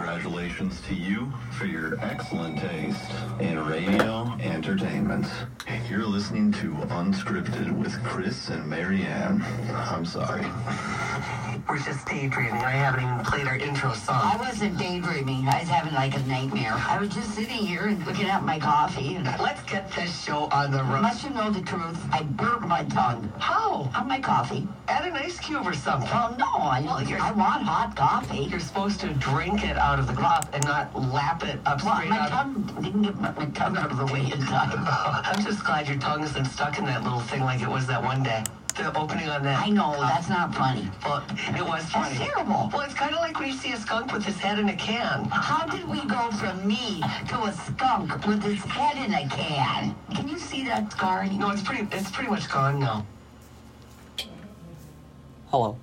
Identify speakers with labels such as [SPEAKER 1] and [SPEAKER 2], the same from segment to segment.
[SPEAKER 1] Congratulations to you for your excellent taste in radio entertainment. You're listening to Unscripted with Chris and Marianne. I'm sorry.
[SPEAKER 2] We're just daydreaming. I haven't even played our intro
[SPEAKER 3] I
[SPEAKER 2] song.
[SPEAKER 3] wasn't daydreaming. I was having like a nightmare. I was just sitting here and looking at my coffee. And
[SPEAKER 2] Let's get this show on the road.
[SPEAKER 3] unless you know the truth, I burped my tongue
[SPEAKER 2] How?
[SPEAKER 3] on my coffee.
[SPEAKER 2] Add an ice cube or something.
[SPEAKER 3] Well, no, I, I want hot coffee.
[SPEAKER 2] You're supposed to drink it out of the cup and not lap it up
[SPEAKER 3] Well,
[SPEAKER 2] straight
[SPEAKER 3] my
[SPEAKER 2] out.
[SPEAKER 3] tongue didn't get my, my tongue out of the way in time.
[SPEAKER 2] I'm just glad your tongue isn't stuck in that little thing like it was that one day. The opening on that.
[SPEAKER 3] I know that's not funny.
[SPEAKER 2] Well, it was
[SPEAKER 3] That's
[SPEAKER 2] funny.
[SPEAKER 3] terrible.
[SPEAKER 2] Well, it's kind of like when you see a skunk with his head in a can.
[SPEAKER 3] How did we go from me to a skunk with his head in a can? Can you see that scar?
[SPEAKER 2] No, it's pretty. It's pretty much gone now.
[SPEAKER 4] Hello.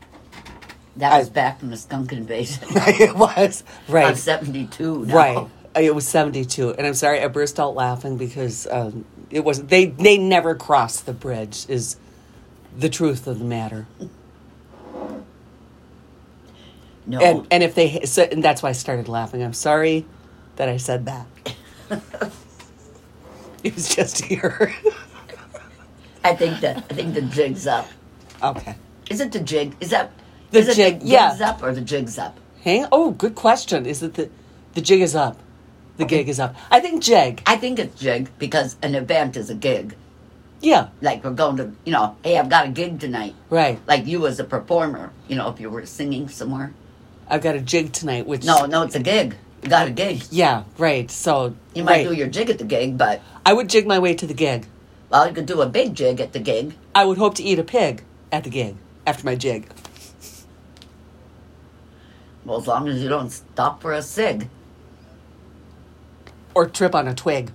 [SPEAKER 3] That was
[SPEAKER 4] I-
[SPEAKER 3] back from the skunk invasion
[SPEAKER 4] it was
[SPEAKER 3] of
[SPEAKER 4] right,
[SPEAKER 3] '72. now.
[SPEAKER 4] right. Uh, It was seventy-two, and I'm sorry I burst out laughing because um, it wasn't. They they never crossed the bridge. Is the truth of the matter,
[SPEAKER 3] No.
[SPEAKER 4] and and if they so, and that's why I started laughing. I'm sorry that I said that. it was just here.
[SPEAKER 3] I think that I think the jig's up.
[SPEAKER 4] okay.
[SPEAKER 3] Is it the jig? Is that
[SPEAKER 4] The
[SPEAKER 3] is it
[SPEAKER 4] jig,
[SPEAKER 3] the
[SPEAKER 4] yeah.
[SPEAKER 3] gig's up or the jig's up?
[SPEAKER 4] Hang. Oh, good question. Is it the the jig is up? The gig is up. I think jig.
[SPEAKER 3] I think it's jig because an event is a gig.
[SPEAKER 4] Yeah.
[SPEAKER 3] Like we're going to, you know, hey, I've got a gig tonight.
[SPEAKER 4] Right.
[SPEAKER 3] Like you as a performer, you know, if you were singing somewhere.
[SPEAKER 4] I've got a jig tonight. Which
[SPEAKER 3] No, no, it's a gig. You got a gig.
[SPEAKER 4] Yeah. Right. So
[SPEAKER 3] You might
[SPEAKER 4] right.
[SPEAKER 3] do your jig at the gig, but
[SPEAKER 4] I would jig my way to the gig.
[SPEAKER 3] well, you could do a big jig at the gig.
[SPEAKER 4] I would hope to eat a pig at the gig after my jig.
[SPEAKER 3] Well, as long as you don't stop for a sig.
[SPEAKER 4] Or trip on a twig.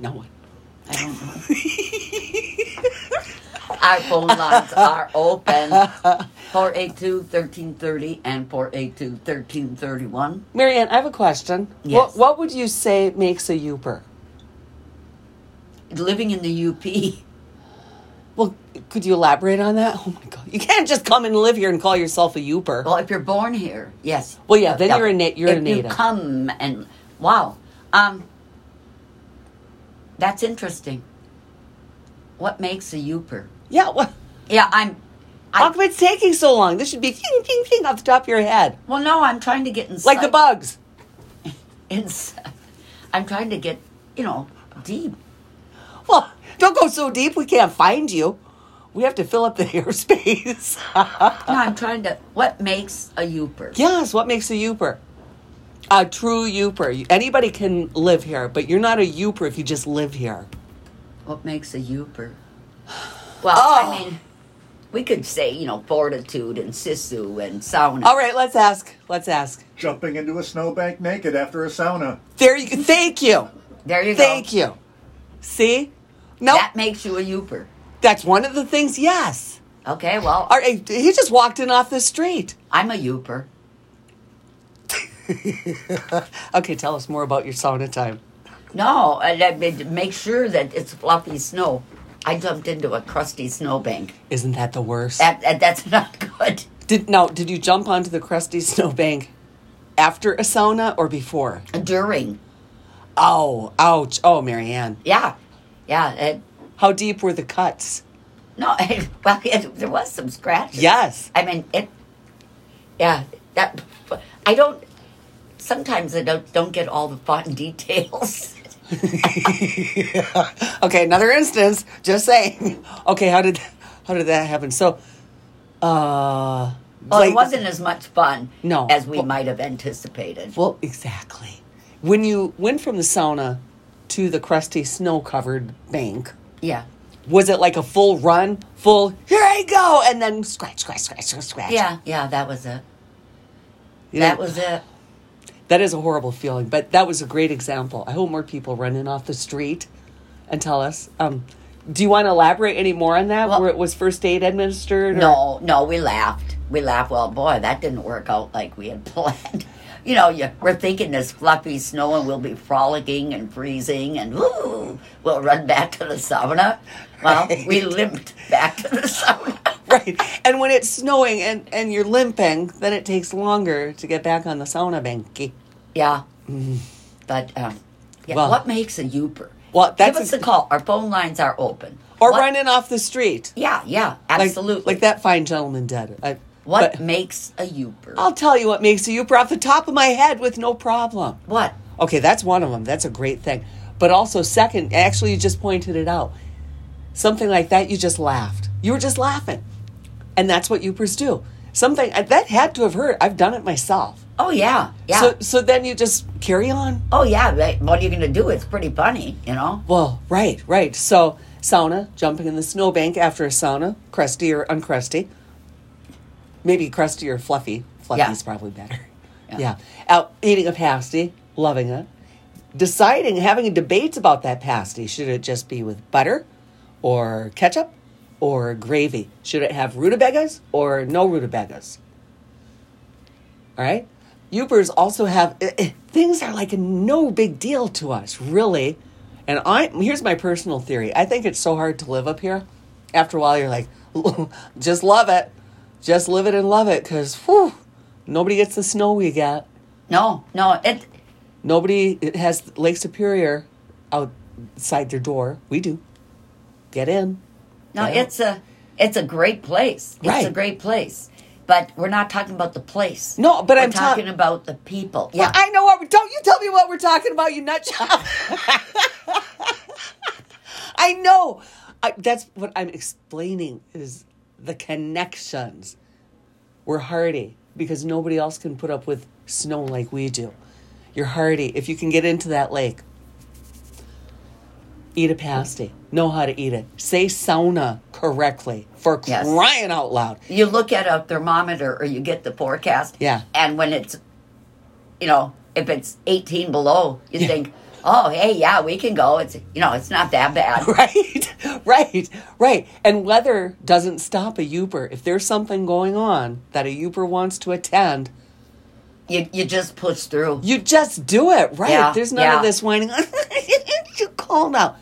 [SPEAKER 4] No one.
[SPEAKER 3] I don't know. Our phone lines are open 482 1330 and 482 1331.
[SPEAKER 4] Marianne, I have a question.
[SPEAKER 3] Yes.
[SPEAKER 4] What, what would you say makes a youper?
[SPEAKER 3] Living in the UP.
[SPEAKER 4] Well, could you elaborate on that? Oh my God. You can't just come and live here and call yourself a youper.
[SPEAKER 3] Well, if you're born here, yes.
[SPEAKER 4] Well, yeah, then you're a na- you're a
[SPEAKER 3] if
[SPEAKER 4] native.
[SPEAKER 3] You come and wow, um, that's interesting. What makes a youper?
[SPEAKER 4] yeah, well,
[SPEAKER 3] Yeah, I'm.
[SPEAKER 4] how
[SPEAKER 3] I,
[SPEAKER 4] come it's taking so long? This should be ping, ping, ping off the top of your head.
[SPEAKER 3] well, no, I'm trying to get inside.
[SPEAKER 4] Like the bugs.
[SPEAKER 3] Inside. I'm trying to get you know deep.
[SPEAKER 4] Well, don't go so deep we can't find you. We have to fill up the airspace.
[SPEAKER 3] No, I'm trying to. What makes a youper?
[SPEAKER 4] Yes, what makes a youper? A true youper. Anybody can live here, but you're not a youper if you just live here.
[SPEAKER 3] What makes a youper? Well,
[SPEAKER 4] Oh.
[SPEAKER 3] I mean, we could say you know fortitude and sisu and sauna.
[SPEAKER 4] All right, let's ask. Let's ask.
[SPEAKER 5] Jumping into a snowbank naked after a sauna.
[SPEAKER 4] There you go. Thank you.
[SPEAKER 3] There you
[SPEAKER 4] Thank
[SPEAKER 3] go.
[SPEAKER 4] you. See? No,
[SPEAKER 3] That makes you a youper.
[SPEAKER 4] that's one of the things. Yes.
[SPEAKER 3] Okay, well,
[SPEAKER 4] All right, he just walked in off the street.
[SPEAKER 3] I'm a youper.
[SPEAKER 4] Okay, tell us more about your sauna time.
[SPEAKER 3] No, uh, and I mean, make sure that it's fluffy snow. I jumped into a crusty snowbank.
[SPEAKER 4] Isn't that the worst?
[SPEAKER 3] That, that that's not good.
[SPEAKER 4] Did now? Did you jump onto the crusty snowbank after a sauna or before?
[SPEAKER 3] During,
[SPEAKER 4] Oh, ouch! Oh, Marianne,
[SPEAKER 3] yeah, yeah. It,
[SPEAKER 4] how deep were the cuts?
[SPEAKER 3] no, it, well, it, there was some scratches.
[SPEAKER 4] Yes.
[SPEAKER 3] I mean it. Yeah, that I don't. Sometimes I don't don't get all the fun details.
[SPEAKER 4] Okay, another instance. Just saying. Okay, how did how did that happen? So, uh,
[SPEAKER 3] Well,
[SPEAKER 4] like-
[SPEAKER 3] it wasn't as much fun
[SPEAKER 4] No.
[SPEAKER 3] as we
[SPEAKER 4] Well-
[SPEAKER 3] might have anticipated.
[SPEAKER 4] Well, exactly. When you went from the sauna to the crusty snow-covered bank,
[SPEAKER 3] yeah,
[SPEAKER 4] was it like a full run, full here I go, and then scratch, scratch, scratch, scratch, scratch?
[SPEAKER 3] yeah, yeah. That was it.
[SPEAKER 4] You know,
[SPEAKER 3] That was it.
[SPEAKER 4] that is a horrible feeling, but that was a great example. I hope more people run in off the street and tell us. Um, do you want to elaborate any more on that?
[SPEAKER 3] Well-
[SPEAKER 4] where it was first aid administered? or-
[SPEAKER 3] No, no, we laughed. We laughed. Well, boy, that didn't work out like we had planned. You know, you, we're thinking this fluffy snow and we'll be frolicking and freezing and woo, we'll run back to the sauna. Well, we limped back to the sauna.
[SPEAKER 4] right. And when it's snowing and, and you're limping, then it takes longer to get back on the sauna banky.
[SPEAKER 3] Yeah. But um, yeah,
[SPEAKER 4] Mm. Well-
[SPEAKER 3] what makes a Uber?
[SPEAKER 4] Well, that's
[SPEAKER 3] Give us
[SPEAKER 4] a-
[SPEAKER 3] a call. Our phone lines are open.
[SPEAKER 4] Or
[SPEAKER 3] What-
[SPEAKER 4] running off the street.
[SPEAKER 3] Yeah, yeah,
[SPEAKER 4] Like-
[SPEAKER 3] absolutely.
[SPEAKER 4] Like, that fine gentleman did. I,
[SPEAKER 3] What
[SPEAKER 4] but
[SPEAKER 3] makes a Uber?
[SPEAKER 4] I'll tell you what makes a Uber off the top of my head with no problem.
[SPEAKER 3] What?
[SPEAKER 4] Okay, that's one of them. That's a great thing. But also, second, actually, you just pointed it out. Something like that, you just laughed. You were just laughing. And that's what Upers do. Something that had to have hurt. I've done it myself.
[SPEAKER 3] Oh yeah, yeah.
[SPEAKER 4] So, so then you just carry on.
[SPEAKER 3] oh yeah. right. What are you going to do? It's pretty funny, you know.
[SPEAKER 4] Well, right, right. So, sauna, jumping in the snowbank after a sauna, crusty or uncrusty. Maybe crusty or fluffy. Fluffy's
[SPEAKER 3] Yeah.
[SPEAKER 4] probably better.
[SPEAKER 3] Yeah.
[SPEAKER 4] Yeah. Out eating a pasty, loving it. Deciding, having debates about that pasty. Should it just be with butter or ketchup or gravy? Should it have rutabagas or no rutabagas? All right. Ubers also have eh, eh, things are like no big deal to us, really. And I here's my personal theory. I think it's so hard to live up here. After a while, you're like, just love it, just live it and love it, because nobody gets the snow we get.
[SPEAKER 3] No, no. It.
[SPEAKER 4] Nobody has Lake Superior outside their door. We do. Get in.
[SPEAKER 3] No,
[SPEAKER 4] Yeah.
[SPEAKER 3] it's a. It's a great place. It's a
[SPEAKER 4] Right.
[SPEAKER 3] great place. But we're not talking about the place.
[SPEAKER 4] No, but
[SPEAKER 3] we're
[SPEAKER 4] I'm ta-
[SPEAKER 3] talking about the people.
[SPEAKER 4] Yeah,
[SPEAKER 3] Yeah.
[SPEAKER 4] I know what. we- Don't you tell me what we're talking about, you nutjob. I know. I, that's what I'm explaining is the connections. We're hardy because nobody else can put up with snow like we do. You're hardy if you can get into that lake. Eat a pasty. Know how to eat it. Say sauna correctly for
[SPEAKER 3] Yes.
[SPEAKER 4] crying out loud.
[SPEAKER 3] you look at a thermometer or you get the forecast.
[SPEAKER 4] Yeah.
[SPEAKER 3] And when it's, you know, if it's 18 below, you
[SPEAKER 4] Yeah.
[SPEAKER 3] think, oh, hey, yeah, we can go. It's, you know, it's not that bad.
[SPEAKER 4] Right, right, right. And weather doesn't stop a Uber. If there's something going on that a Uber wants to attend,
[SPEAKER 3] You, you just push through.
[SPEAKER 4] you just do it, right?
[SPEAKER 3] Yeah,
[SPEAKER 4] there's none
[SPEAKER 3] yeah.
[SPEAKER 4] of this whining. it's too cold now.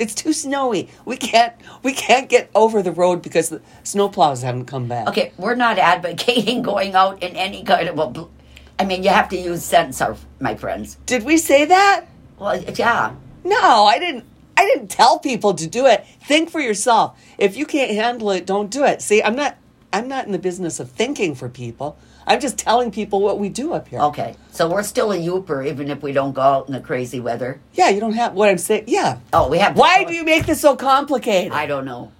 [SPEAKER 4] It's too snowy. We can't. We can't get over the road because the snowplows haven't come back.
[SPEAKER 3] Okay, we're not advocating going out in any kind of a. Bl- I mean, you have to use sense, our, my friends.
[SPEAKER 4] Did we say that?
[SPEAKER 3] Well, yeah.
[SPEAKER 4] No, I didn't. I didn't tell people to do it. Think for yourself. If you can't handle it, don't do it. See, I'm not. I'm not in the business of thinking for people. I'm just telling people what we do up here.
[SPEAKER 3] Okay, so we're still a youper even if we don't go out in the crazy weather.
[SPEAKER 4] Yeah, you don't have what I'm saying. Yeah.
[SPEAKER 3] Oh, we have.
[SPEAKER 4] Why do you make this so complicated?
[SPEAKER 3] I don't know.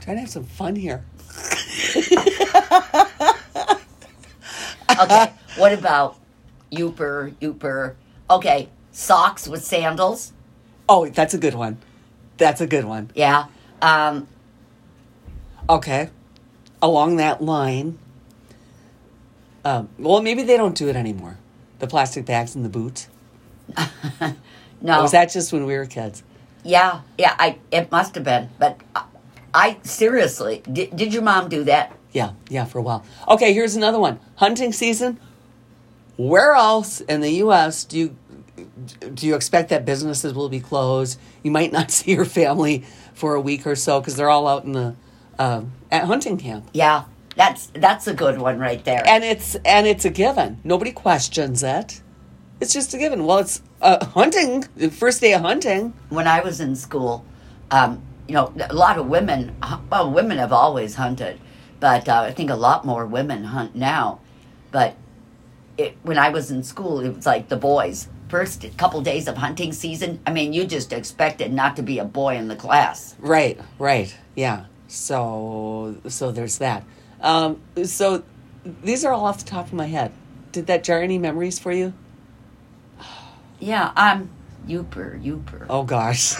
[SPEAKER 4] trying to have some fun here.
[SPEAKER 3] Okay, what about youper, youper? Okay, socks with sandals.
[SPEAKER 4] Oh, that's a good one. That's a good one.
[SPEAKER 3] Yeah. Um,
[SPEAKER 4] Okay. Along that line. Um, well, maybe they don't do it anymore. The plastic bags and the boots.
[SPEAKER 3] no.
[SPEAKER 4] Or was that just when we were kids?
[SPEAKER 3] Yeah, yeah. I it must have been, but I, I seriously did. Did your mom do that?
[SPEAKER 4] Yeah, yeah, for a while. Okay, here's another one. Hunting season. Where else in the U.S. do you do you expect that businesses will be closed? You might not see your family for a week or so because they're all out in the um, at hunting camp,
[SPEAKER 3] Yeah, that's that's a good one right there.
[SPEAKER 4] and it's and it's a given. Nobody questions it. It's just a given. Well, it's uh, hunting. The first day of hunting.
[SPEAKER 3] when I was in school, um, you know, a lot of women, uh, well, women have always hunted, but uh, I think a lot more women hunt now. But it, when I was in school, it was like the boys. First couple days of hunting season, I mean, you just expected not to be a boy in the class.
[SPEAKER 4] Right, right. Yeah. So so there's that. Um so these are all off the top of my head. Did that jar any memories for you?
[SPEAKER 3] Yeah, I'm youper, youper.
[SPEAKER 4] Oh gosh.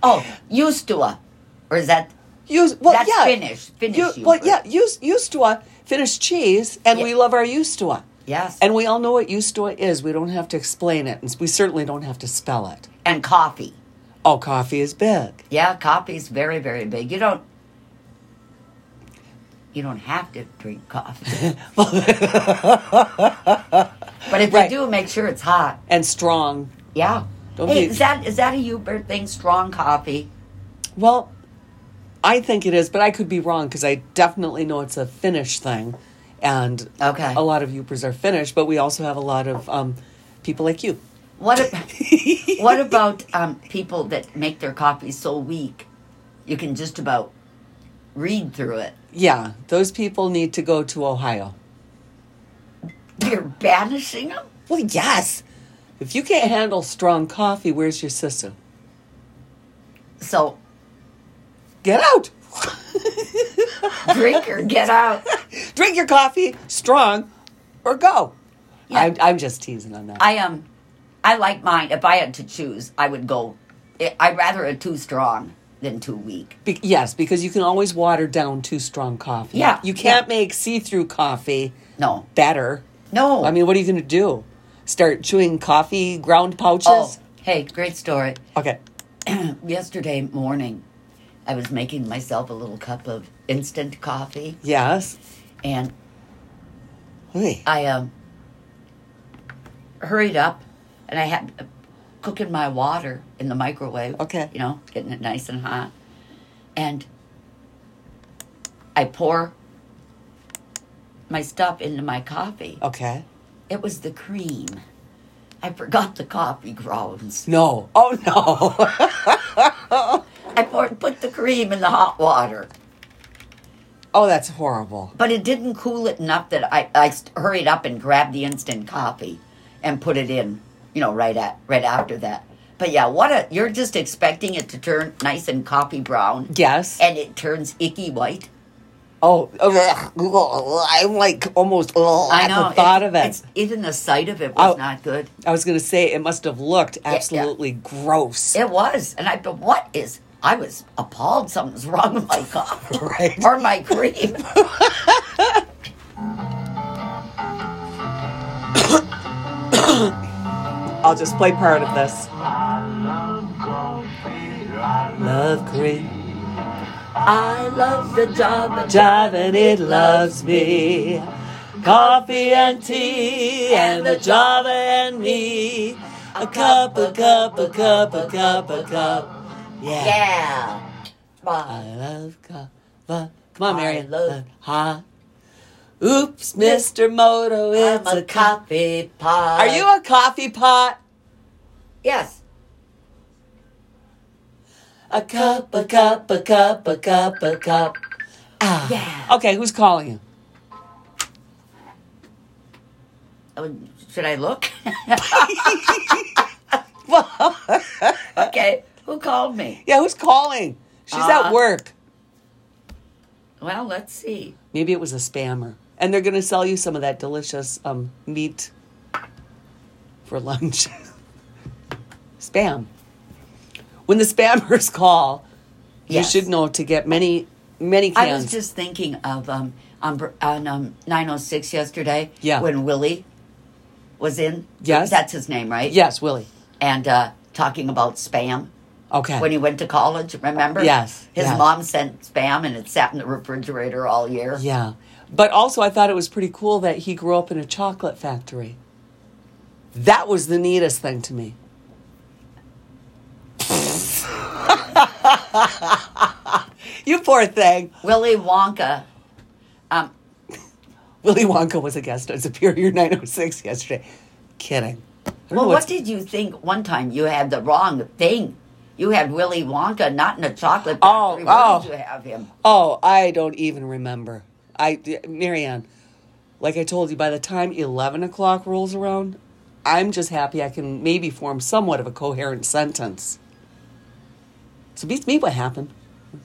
[SPEAKER 3] Oh, used to a, or is that?
[SPEAKER 4] Use well
[SPEAKER 3] That's
[SPEAKER 4] yeah.
[SPEAKER 3] Finnish, Finnish
[SPEAKER 4] You- well
[SPEAKER 3] yogurt.
[SPEAKER 4] yeah, use ustua, Finnish cheese and we
[SPEAKER 3] Yeah.
[SPEAKER 4] love our ustua.
[SPEAKER 3] Yes.
[SPEAKER 4] And we all know what ustua is. We don't have to explain it and we certainly don't have to spell it.
[SPEAKER 3] And coffee.
[SPEAKER 4] Oh, coffee is big.
[SPEAKER 3] Yeah, coffee's very, very big. You don't. You don't have to drink coffee. but if
[SPEAKER 4] Right.
[SPEAKER 3] you do, make sure it's hot.
[SPEAKER 4] And strong.
[SPEAKER 3] Yeah.
[SPEAKER 4] Don't
[SPEAKER 3] hey,
[SPEAKER 4] be-
[SPEAKER 3] is that is that a Uber thing? Strong coffee.
[SPEAKER 4] Well, I think it is, but I could be wrong because I definitely know it's a Finnish thing, and
[SPEAKER 3] Okay.
[SPEAKER 4] a lot of Upers are Finnish, but we also have a lot of um, people like you.
[SPEAKER 3] What a- what about um, people that make their copy so weak you can just about read through it?
[SPEAKER 4] Yeah, those people need to go to Ohio.
[SPEAKER 3] You're banishing them?
[SPEAKER 4] Well, yes. If you can't handle strong coffee, where's your sister?
[SPEAKER 3] So
[SPEAKER 4] Get out.
[SPEAKER 3] drink or get out.
[SPEAKER 4] Drink your coffee strong or go.
[SPEAKER 3] Yeah.
[SPEAKER 4] I'm, I'm just teasing on that.
[SPEAKER 3] I um, I like mine. If I had to choose, I would go. I- I'd rather a too strong than too weak.
[SPEAKER 4] Be- yes, because you can always water down too strong coffee.
[SPEAKER 3] Yeah,
[SPEAKER 4] You can't
[SPEAKER 3] yeah.
[SPEAKER 4] make see through coffee
[SPEAKER 3] No,
[SPEAKER 4] better.
[SPEAKER 3] no.
[SPEAKER 4] I mean, what are you going to do? Start chewing coffee ground pouches?
[SPEAKER 3] oh, hey, great story.
[SPEAKER 4] Okay.
[SPEAKER 3] Yesterday morning, I was making myself a little cup of instant coffee,
[SPEAKER 4] Yes.
[SPEAKER 3] and
[SPEAKER 4] Hey.
[SPEAKER 3] I um hurried up and I had uh, cooking my water in the microwave.
[SPEAKER 4] Okay.
[SPEAKER 3] You know, getting it nice and hot. And I pour my stuff into my coffee.
[SPEAKER 4] Okay.
[SPEAKER 3] It was the cream. I forgot the coffee grounds.
[SPEAKER 4] No. Oh, no.
[SPEAKER 3] I poured put the cream in the hot water.
[SPEAKER 4] oh, that's horrible.
[SPEAKER 3] But it didn't cool it enough that I, I st- hurried up and grabbed the instant coffee and put it in, you know, right at right after that. But yeah, what a you're just expecting it to turn nice and coffee brown.
[SPEAKER 4] Yes.
[SPEAKER 3] And it turns icky white.
[SPEAKER 4] Oh, ugh, I'm like almost ugh, at the thought of it.
[SPEAKER 3] It's, even the sight of it was
[SPEAKER 4] Oh.
[SPEAKER 3] not good.
[SPEAKER 4] I was going to say it must have looked
[SPEAKER 3] yeah.
[SPEAKER 4] absolutely gross.
[SPEAKER 3] It was. And I but what is I was appalled something's wrong with my coffee.
[SPEAKER 4] Right.
[SPEAKER 3] Or my cream.
[SPEAKER 4] I'll just play part of this. Love cream,
[SPEAKER 3] I love the job.
[SPEAKER 4] jive and it loves me. Coffee and tea and the Java and me. A cup, a cup, a cup, a cup, a cup. Yeah.
[SPEAKER 3] Yeah.
[SPEAKER 4] I
[SPEAKER 3] Bye.
[SPEAKER 4] love coffee. Come on,
[SPEAKER 3] I
[SPEAKER 4] Marion.
[SPEAKER 3] love-
[SPEAKER 4] Ha. Oops, Mr. Moto,
[SPEAKER 3] I'm
[SPEAKER 4] it's
[SPEAKER 3] a
[SPEAKER 4] a cup.
[SPEAKER 3] coffee pot.
[SPEAKER 4] Are you a coffee pot?
[SPEAKER 3] Yes.
[SPEAKER 4] A cup, a cup, a cup, a cup, a cup. Ah.
[SPEAKER 3] Yeah.
[SPEAKER 4] Okay, who's calling you?
[SPEAKER 3] Oh, Should I look?
[SPEAKER 4] Well,
[SPEAKER 3] okay. Who called me?
[SPEAKER 4] yeah, who's calling? She's
[SPEAKER 3] Uh.
[SPEAKER 4] at work.
[SPEAKER 3] Well, let's see.
[SPEAKER 4] Maybe it was a spammer. And they're going to sell you some of that delicious um, meat for lunch. Spam. When the spammers call,
[SPEAKER 3] Yes.
[SPEAKER 4] you should know to get many, many
[SPEAKER 3] I
[SPEAKER 4] cans.
[SPEAKER 3] was just thinking of um on Br- on um 906 yesterday
[SPEAKER 4] Yeah.
[SPEAKER 3] when Willie was in.
[SPEAKER 4] Yes.
[SPEAKER 3] That's his name, right?
[SPEAKER 4] yes, Willie.
[SPEAKER 3] And uh talking about spam
[SPEAKER 4] Okay.
[SPEAKER 3] when he went to college, remember?
[SPEAKER 4] Yes,
[SPEAKER 3] His
[SPEAKER 4] yes.
[SPEAKER 3] mom sent spam and it sat in the refrigerator all year.
[SPEAKER 4] Yeah. But also, I thought it was pretty cool that he grew up in a chocolate factory. That was the neatest thing to me. you poor thing.
[SPEAKER 3] Willy Wonka. Um
[SPEAKER 4] Willy Wonka was a guest on Superior 906 yesterday. Kidding. I don't know
[SPEAKER 3] Well,
[SPEAKER 4] what's-
[SPEAKER 3] what did you think one time? You had the wrong thing. You had Willy Wonka, not in a chocolate
[SPEAKER 4] Oh,
[SPEAKER 3] factory. Where
[SPEAKER 4] oh.
[SPEAKER 3] did you have him?
[SPEAKER 4] Oh, I don't even remember. I, Marianne, like I told you, by the time eleven o'clock rolls around, I'm just happy I can maybe form somewhat of a coherent sentence. So beats me what happened,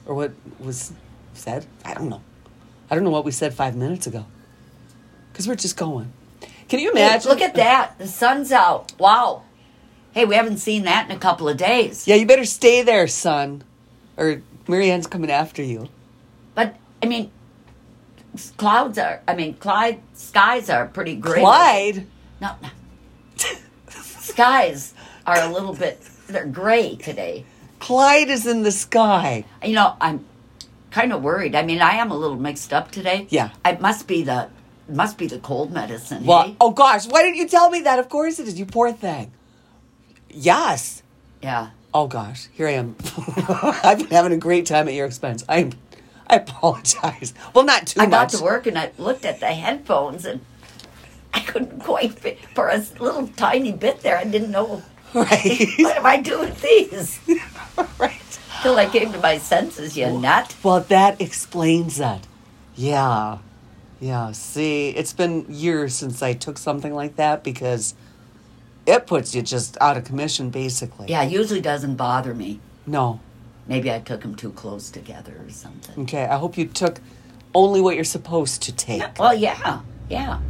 [SPEAKER 4] or what was said. I don't know. I don't know what we said five minutes ago, because we're just going. Can you
[SPEAKER 3] Hey,
[SPEAKER 4] imagine?
[SPEAKER 3] look at that. The sun's out. Wow. Hey, we haven't seen that in a couple of days.
[SPEAKER 4] Yeah, you better stay there, son, or Marianne's coming after you.
[SPEAKER 3] But, I mean, clouds are, I mean, Clyde, skies are pretty gray.
[SPEAKER 4] Clyde.
[SPEAKER 3] No. no. skies are a little bit, they're gray today.
[SPEAKER 4] Clyde is in the sky.
[SPEAKER 3] You know, I'm kind of worried. I mean, I am a little mixed up today.
[SPEAKER 4] Yeah.
[SPEAKER 3] It must be the, it must be the cold medicine.
[SPEAKER 4] Well,
[SPEAKER 3] hey?
[SPEAKER 4] oh gosh, why didn't you tell me that? Of course it is, you poor thing. Yes.
[SPEAKER 3] Yeah.
[SPEAKER 4] Oh gosh, here I am. I've been having a great time at your expense. I'm, I apologize. Well, not too
[SPEAKER 3] I got
[SPEAKER 4] much.
[SPEAKER 3] to work and I looked at the headphones and I couldn't quite fit for a little tiny bit there. I didn't know
[SPEAKER 4] Right,
[SPEAKER 3] what am I doing with these
[SPEAKER 4] right.
[SPEAKER 3] till I came to my senses. You nut.
[SPEAKER 4] Well, that explains that. Yeah, yeah. See, it's been years since I took something like that because it puts you just out of commission, basically.
[SPEAKER 3] Yeah, usually doesn't bother me.
[SPEAKER 4] No.
[SPEAKER 3] Maybe I took them too close together or something.
[SPEAKER 4] Okay. I hope you took only what you're supposed to take.
[SPEAKER 3] Well, yeah, yeah.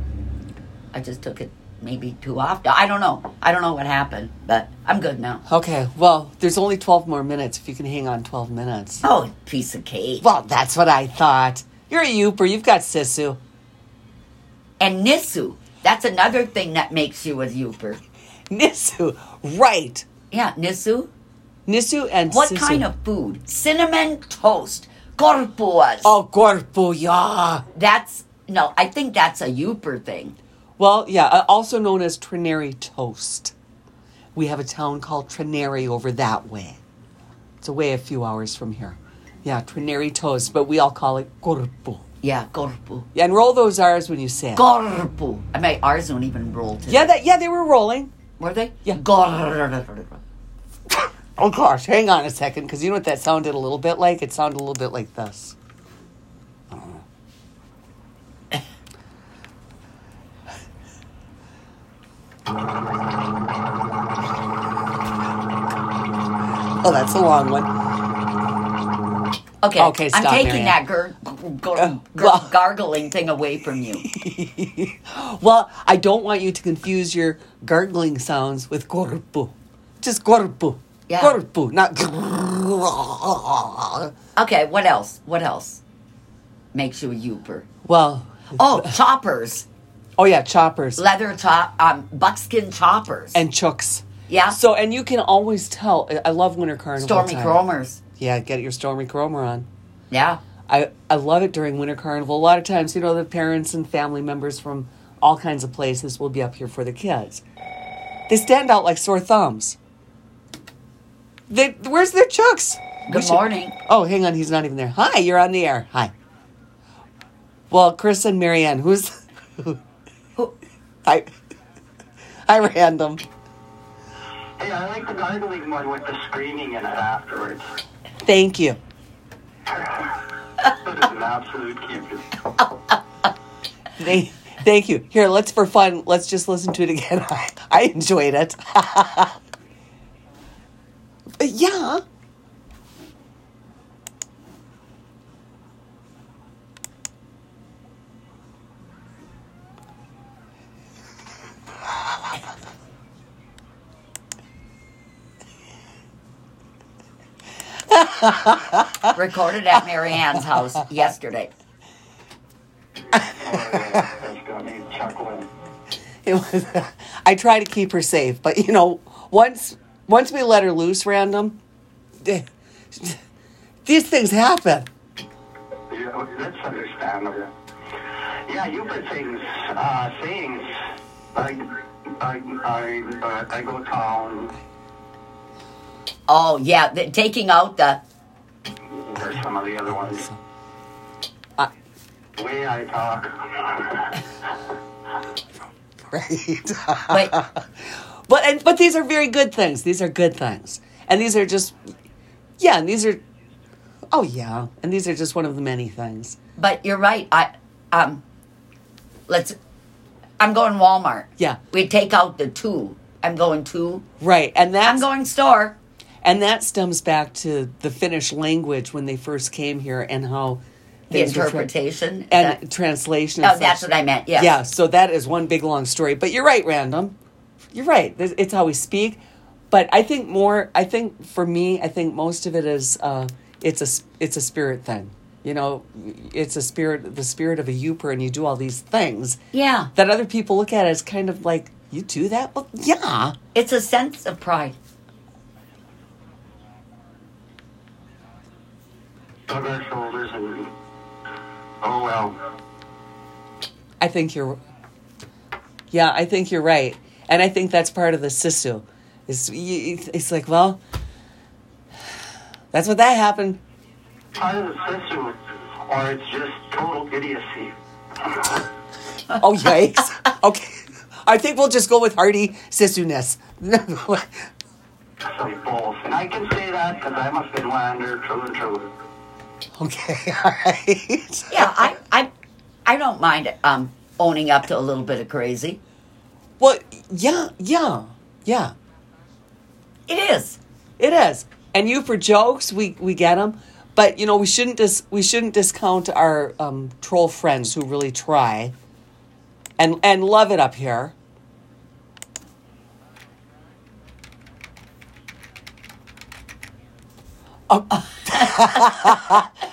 [SPEAKER 3] I just took it maybe too often. I don't know. I don't know what happened, but I'm good now.
[SPEAKER 4] Okay. Well, there's only 12 more minutes. If you can hang on 12 minutes.
[SPEAKER 3] Oh, piece of cake.
[SPEAKER 4] Well, that's what I thought. You're a youper. You've got Sisu.
[SPEAKER 3] And Nisu. That's another thing that makes you a youper.
[SPEAKER 4] Nisu. Right.
[SPEAKER 3] Yeah, Nisu.
[SPEAKER 4] Nisu and
[SPEAKER 3] What
[SPEAKER 4] Sisu.
[SPEAKER 3] kind of food? Cinnamon toast. Corpuas.
[SPEAKER 4] Oh, corpo, yeah.
[SPEAKER 3] That's, no, I think that's a youper thing.
[SPEAKER 4] Well, yeah, uh, also known as Trinary toast. We have a town called Trinary over that way. It's away a few hours from here. Yeah, Trinary toast, but we all call it corpo.
[SPEAKER 3] Yeah, corpu.
[SPEAKER 4] Yeah, and roll those R's when you say it.
[SPEAKER 3] Corpu. I mean, ours don't even roll today.
[SPEAKER 4] yeah, that, yeah, they were rolling.
[SPEAKER 3] Were they?
[SPEAKER 4] Yeah.
[SPEAKER 3] Gorr.
[SPEAKER 4] Oh gosh, hang on a second, because you know what that sounded a little bit like? It sounded a little bit like this. Oh, that's a long one.
[SPEAKER 3] Okay.
[SPEAKER 4] Okay, stop,
[SPEAKER 3] I'm taking that
[SPEAKER 4] Marianne.
[SPEAKER 3] gur- gur-
[SPEAKER 4] well-
[SPEAKER 3] gur- gargling thing away from you.
[SPEAKER 4] Well, I don't want you to confuse your gargling sounds with corpo. Just corpo.
[SPEAKER 3] Yeah.
[SPEAKER 4] Corpo, not. grrrr.
[SPEAKER 3] Okay, what else? What else makes you a youper?
[SPEAKER 4] Well,
[SPEAKER 3] Oh, choppers.
[SPEAKER 4] oh yeah, choppers
[SPEAKER 3] Leather chop, um, buckskin choppers.
[SPEAKER 4] and chooks.
[SPEAKER 3] yeah,
[SPEAKER 4] So, and you can always tell. I- I love winter carnival.
[SPEAKER 3] Stormy
[SPEAKER 4] time.
[SPEAKER 3] Cromers.
[SPEAKER 4] Yeah, get your Stormy Cromer on.
[SPEAKER 3] Yeah.
[SPEAKER 4] I, I love it during Winter Carnival. A lot of times, you know, the parents and family members from all kinds of places will be up here for the kids. They stand out like sore thumbs. They, where's their chucks? We
[SPEAKER 3] Good
[SPEAKER 4] should-
[SPEAKER 3] morning.
[SPEAKER 4] Oh, hang on, he's not even there. Hi, you're on the air. Hi. Well, Chris and Marianne, who's.
[SPEAKER 3] Who-
[SPEAKER 4] I, I random.
[SPEAKER 6] Hey, I like the gargling one with the screaming in it afterwards.
[SPEAKER 4] Thank you.
[SPEAKER 6] That is an absolute keeper.
[SPEAKER 4] Thank, thank you. Here, let's for fun. Let's just listen to it again. I, I enjoyed it. But yeah.
[SPEAKER 3] Recorded at Marianne's house yesterday.
[SPEAKER 6] That's got me chuckling.
[SPEAKER 4] It was. I try to keep her safe, but you know, once once we let her loose, random, eh, these things happen.
[SPEAKER 6] You know, That's understandable. Yeah, you put things, uh, things. I, I, I, uh, I go town
[SPEAKER 3] Oh, yeah, the, taking out the.
[SPEAKER 6] or some of the other ones.
[SPEAKER 4] I,
[SPEAKER 6] The way I talk.
[SPEAKER 4] right.
[SPEAKER 3] Wait,
[SPEAKER 4] but and but these are very good things. These are good things, and these are just yeah. And these are oh yeah. And these are just one of the many things.
[SPEAKER 3] but you're right. I, um, let's. I'm going Walmart.
[SPEAKER 4] Yeah.
[SPEAKER 3] We take out the two. I'm going two.
[SPEAKER 4] Right. And that's
[SPEAKER 3] I'm going store.
[SPEAKER 4] And that stems back to the Finnish language when they first came here and how
[SPEAKER 3] The
[SPEAKER 4] things were tra-
[SPEAKER 3] interpretation. is
[SPEAKER 4] and
[SPEAKER 3] that-
[SPEAKER 4] translation.
[SPEAKER 3] Oh,
[SPEAKER 4] and such.
[SPEAKER 3] that's what I meant. Yes.
[SPEAKER 4] Yeah, so that is one big long story. But you're right, random. You're right. This- It's how we speak. But I think more. I think for me, I think most of it is uh, it's a s- it's a spirit thing. You know, it's a spirit, the spirit of a youper, and you do all these things
[SPEAKER 3] Yeah.
[SPEAKER 4] that other people look at as kind of like you do that. Well, yeah,
[SPEAKER 3] It's a sense of pride.
[SPEAKER 6] Tug our shoulders and, oh well.
[SPEAKER 4] I think you're. Yeah, I think you're right, and I think that's part of the sisu. Is y- it's like well, That's what that happened.
[SPEAKER 6] Out of the system, or it's just total idiocy.
[SPEAKER 4] Oh yikes! okay, I think we'll just go with Hardy Sissuness.
[SPEAKER 6] So both. And I can say that because I'm a Finlander, true and true.
[SPEAKER 4] okay, all right.
[SPEAKER 3] Yeah, I, I, I don't mind um, owning up to a little bit of crazy.
[SPEAKER 4] Well, yeah, yeah, yeah.
[SPEAKER 3] It is.
[SPEAKER 4] It is. And you for jokes, we we get them, but you know we shouldn't dis- we shouldn't discount our um, troll friends who really try, and and love it up here. Um, all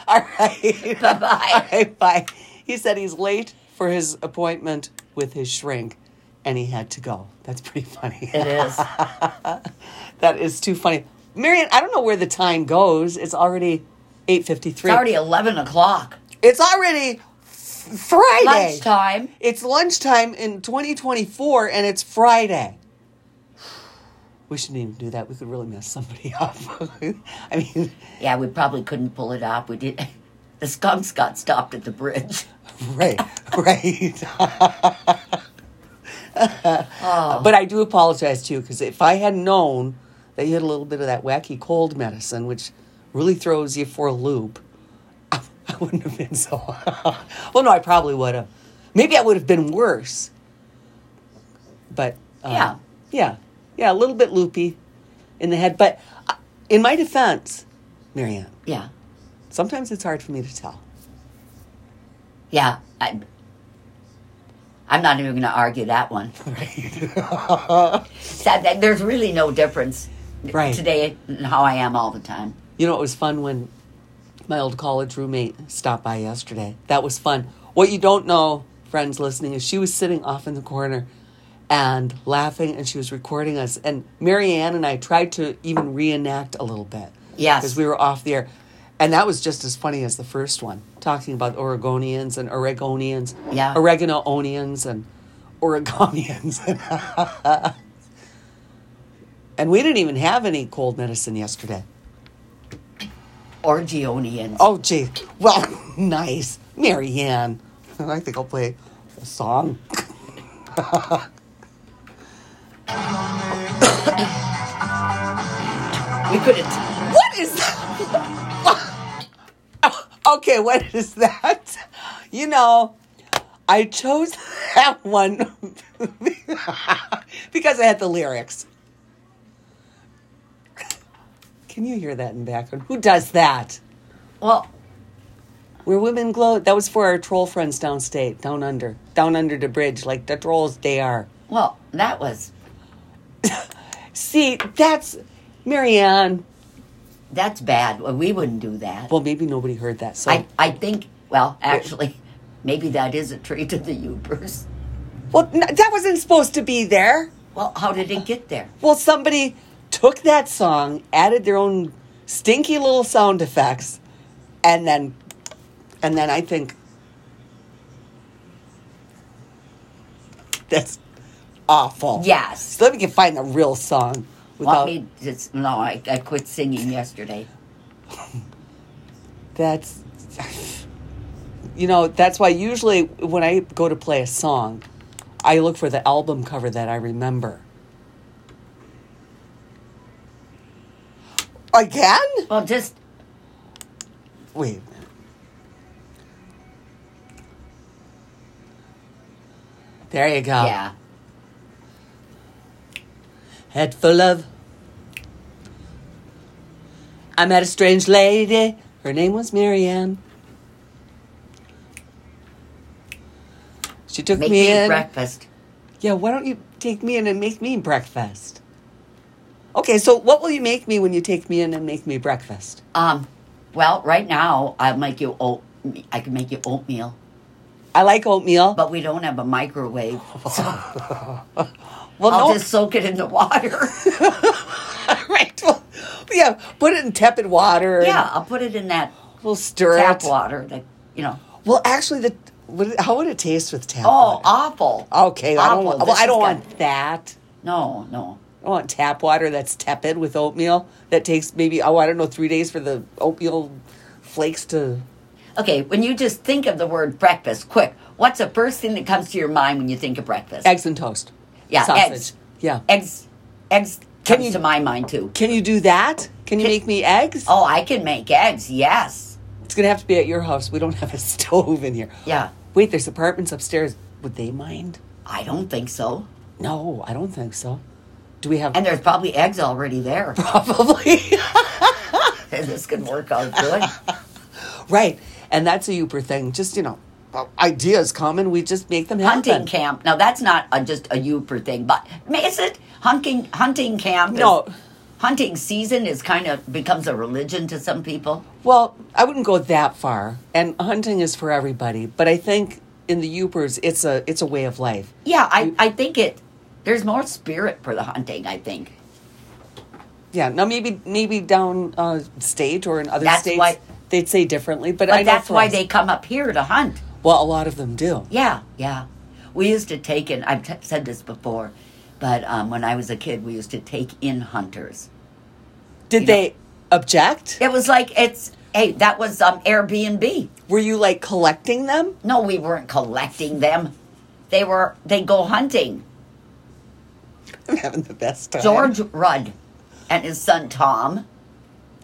[SPEAKER 4] right.
[SPEAKER 3] Bye bye.
[SPEAKER 4] Bye bye. He said he's late for his appointment with his shrink and he had to go. That's pretty funny.
[SPEAKER 3] It is.
[SPEAKER 4] that is too funny. Marion, I don't know where the time goes. It's already 8:53.
[SPEAKER 3] It's already eleven o'clock.
[SPEAKER 4] It's already f- Friday.
[SPEAKER 3] Lunchtime.
[SPEAKER 4] It's lunchtime in 2024 and it's Friday. We shouldn't even do that. We could really mess somebody up. I mean,
[SPEAKER 3] Yeah, we probably couldn't pull it off. We did. The skunks got stopped at the bridge.
[SPEAKER 4] right, right.
[SPEAKER 3] Oh,
[SPEAKER 4] But I do apologize to you because if I had known that you had a little bit of that wacky cold medicine, which really throws you for a loop, I, wouldn't have been so. well, no, I probably would have. Maybe I would have been worse. But uh,
[SPEAKER 3] Yeah.
[SPEAKER 4] yeah, yeah, a little bit loopy in the head. But uh, in my defense, Marianne,
[SPEAKER 3] yeah,
[SPEAKER 4] sometimes it's hard for me to tell.
[SPEAKER 3] yeah. I, I'm not even going to argue that one. Sad that there's really no difference
[SPEAKER 4] Right.
[SPEAKER 3] today in how I am all the time.
[SPEAKER 4] You know, it was fun when my old college roommate stopped by yesterday. That was fun. What you don't know, friends listening, is she was sitting off in the corner and laughing and she was recording us. And Mary Ann and I tried to even reenact a little bit.
[SPEAKER 3] Yes.
[SPEAKER 4] Because we were off the air. And that was just as funny as the first one, talking about Oregonians and Oregonians,
[SPEAKER 3] Yeah.
[SPEAKER 4] Oreganoonians and Oregonians. and we didn't even have any cold medicine yesterday.
[SPEAKER 3] Or Geonians.
[SPEAKER 4] Oh, gee. Well, nice. Mary Ann. I think I'll play a song.
[SPEAKER 3] We couldn't.
[SPEAKER 4] What is that? Oh, okay, what is that? You know, I chose that one because I had the lyrics. Can you hear that in the background? Who does that?
[SPEAKER 3] Well,
[SPEAKER 4] Where women glow. That was for our troll friends downstate, down under, down under the bridge, like the trolls they are.
[SPEAKER 3] well, that was
[SPEAKER 4] See, that's Marianne.
[SPEAKER 3] that's bad. We wouldn't do that.
[SPEAKER 4] Well, maybe nobody heard that. So,
[SPEAKER 3] I, I think, well, actually, maybe that is a tree to the Ubers.
[SPEAKER 4] well, n- that wasn't supposed to be there.
[SPEAKER 3] Well, how did it get there?
[SPEAKER 4] Well, somebody took that song, added their own stinky little sound effects, and then, and then I think that's awful.
[SPEAKER 3] Yes.
[SPEAKER 4] So let me get find the real song.
[SPEAKER 3] Want me just, no, I, I quit singing yesterday.
[SPEAKER 4] That's, you know, that's why usually when I go to play a song, I look for the album cover that I remember. Again?
[SPEAKER 3] Well, just,
[SPEAKER 4] Wait. There you go.
[SPEAKER 3] yeah.
[SPEAKER 4] Head full of. I met a strange lady. Her name was Marianne. She took
[SPEAKER 3] Make
[SPEAKER 4] me
[SPEAKER 3] me
[SPEAKER 4] in.
[SPEAKER 3] breakfast.
[SPEAKER 4] Yeah, why don't you take me in and make me breakfast? Okay, so what will you make me when you take me in and make me breakfast?
[SPEAKER 3] Um, well, right now, I'll make you oat, I can make you oatmeal,
[SPEAKER 4] I like oatmeal.
[SPEAKER 3] but we don't have a microwave. So
[SPEAKER 4] well,
[SPEAKER 3] I'll
[SPEAKER 4] Oh, no,
[SPEAKER 3] just soak it in the water.
[SPEAKER 4] right. Well, yeah, put it in tepid water. and
[SPEAKER 3] yeah, I'll put it in that
[SPEAKER 4] we'll stir
[SPEAKER 3] tap
[SPEAKER 4] it.
[SPEAKER 3] water that, you know.
[SPEAKER 4] Well, actually, the what, how would it taste with tap
[SPEAKER 3] Oh,
[SPEAKER 4] water?
[SPEAKER 3] awful.
[SPEAKER 4] okay. I don't want.
[SPEAKER 3] awful.
[SPEAKER 4] Well,
[SPEAKER 3] Ah, This
[SPEAKER 4] I don't
[SPEAKER 3] is
[SPEAKER 4] want
[SPEAKER 3] good.
[SPEAKER 4] that.
[SPEAKER 3] No, no.
[SPEAKER 4] I don't want tap water that's tepid with oatmeal that takes maybe oh I don't know three days for the oatmeal flakes to
[SPEAKER 3] Okay, when you just think of the word breakfast, quick, what's the first thing that comes to your mind when you think of breakfast?
[SPEAKER 4] eggs and toast.
[SPEAKER 3] Yeah,
[SPEAKER 4] sausage.
[SPEAKER 3] eggs.
[SPEAKER 4] Yeah.
[SPEAKER 3] Eggs. Eggs
[SPEAKER 4] Can
[SPEAKER 3] comes
[SPEAKER 4] you-
[SPEAKER 3] to my mind too.
[SPEAKER 4] Can you do that? Can you make me eggs?
[SPEAKER 3] Oh, I can make eggs. Yes.
[SPEAKER 4] It's gonna have to be at your house. We don't have a stove in here.
[SPEAKER 3] Yeah.
[SPEAKER 4] Wait, there's apartments upstairs. Would they mind?
[SPEAKER 3] I don't think so.
[SPEAKER 4] No, I don't think so. Do we have
[SPEAKER 3] And there's probably eggs already there.
[SPEAKER 4] probably
[SPEAKER 3] this could work out good.
[SPEAKER 4] right? And that's a Uper thing. Just you know, well, ideas come and we just make them happen.
[SPEAKER 3] hunting camp. Now that's not a, just a Uper thing, but I mean, is it hunting? Hunting camp. is-
[SPEAKER 4] No.
[SPEAKER 3] hunting season is kind of becomes a religion to some people.
[SPEAKER 4] Well, I wouldn't go that far. And hunting is for everybody, but I think in the Upers, it's a it's a way of life.
[SPEAKER 3] Yeah, I, I think it. There's more spirit for the hunting. I think
[SPEAKER 4] Yeah. Now maybe maybe down uh, state or in other
[SPEAKER 3] That's
[SPEAKER 4] states
[SPEAKER 3] why-
[SPEAKER 4] they'd say differently, but, I
[SPEAKER 3] but
[SPEAKER 4] know
[SPEAKER 3] that's
[SPEAKER 4] for
[SPEAKER 3] why
[SPEAKER 4] us-
[SPEAKER 3] they come up here to hunt.
[SPEAKER 4] Well, a lot of them do.
[SPEAKER 3] Yeah, yeah. We used to take in. I've t- said this before, but um, when I was a kid, we used to take in hunters.
[SPEAKER 4] Did
[SPEAKER 3] You know-
[SPEAKER 4] they object?
[SPEAKER 3] It was like it's hey, that was um, Airbnb.
[SPEAKER 4] Were you like collecting them?
[SPEAKER 3] No, we weren't collecting them. They were they go hunting.
[SPEAKER 4] I'm having the best time.
[SPEAKER 3] George Rudd and his son Tom.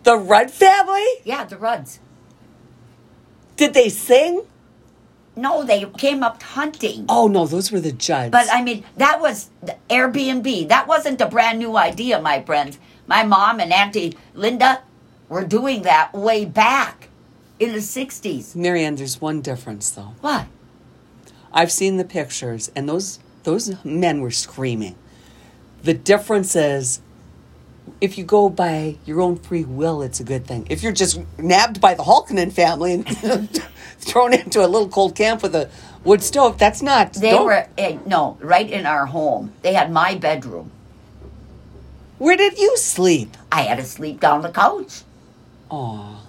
[SPEAKER 4] the Rudd family.
[SPEAKER 3] Yeah, the Rudds.
[SPEAKER 4] Did they sing?
[SPEAKER 3] No, they came up hunting.
[SPEAKER 4] Oh no, those were the Judds.
[SPEAKER 3] But I mean, that was the Airbnb. That wasn't a brand new idea, my friends. My mom and Auntie Linda were doing that way back in the 60s.
[SPEAKER 4] Marianne, there's one difference though.
[SPEAKER 3] What?
[SPEAKER 4] I've seen the pictures, and those those men were screaming. The difference is, if you go by your own free will, it's a good thing. If you're just nabbed by the Halkinen family and thrown into a little cold camp with a wood stove, that's not.
[SPEAKER 3] They
[SPEAKER 4] don't-
[SPEAKER 3] were, eh, no, right in our home. They had my bedroom.
[SPEAKER 4] Where did you sleep?
[SPEAKER 3] I had to sleep down the couch.
[SPEAKER 4] Oh,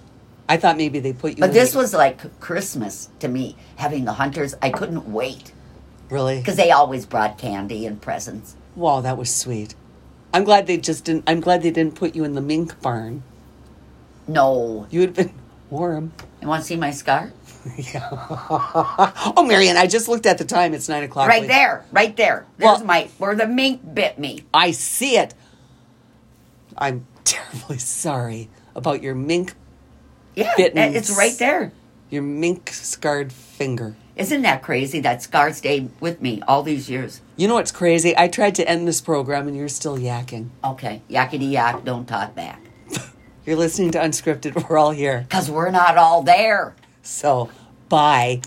[SPEAKER 4] I thought maybe they put you.
[SPEAKER 3] But
[SPEAKER 4] in
[SPEAKER 3] this
[SPEAKER 4] the-
[SPEAKER 3] was like Christmas to me, having the hunters. I couldn't wait
[SPEAKER 4] really
[SPEAKER 3] because they always brought candy and presents.
[SPEAKER 4] Wow, that was sweet. I'm glad they just didn't. I'm glad they didn't put you in the mink barn.
[SPEAKER 3] No.
[SPEAKER 4] You would have been warm.
[SPEAKER 3] You want to see my scar?
[SPEAKER 4] Oh, Marianne, I just looked at the time. It's nine o'clock.
[SPEAKER 3] Right
[SPEAKER 4] Wait.
[SPEAKER 3] there, right there.
[SPEAKER 4] Well-
[SPEAKER 3] There's my where the mink bit me.
[SPEAKER 4] I see it. I'm terribly sorry about your mink,
[SPEAKER 3] Yeah,
[SPEAKER 4] Bit
[SPEAKER 3] that-
[SPEAKER 4] me.
[SPEAKER 3] it's right there.
[SPEAKER 4] your mink scarred finger.
[SPEAKER 3] Isn't that crazy? That scar stayed with me all these years.
[SPEAKER 4] You know what's crazy? I tried to end this program and you're still yakking.
[SPEAKER 3] Okay, yakety yak, don't talk back.
[SPEAKER 4] You're listening to Unscripted. We're all here.
[SPEAKER 3] Because we're not all there.
[SPEAKER 4] So, bye.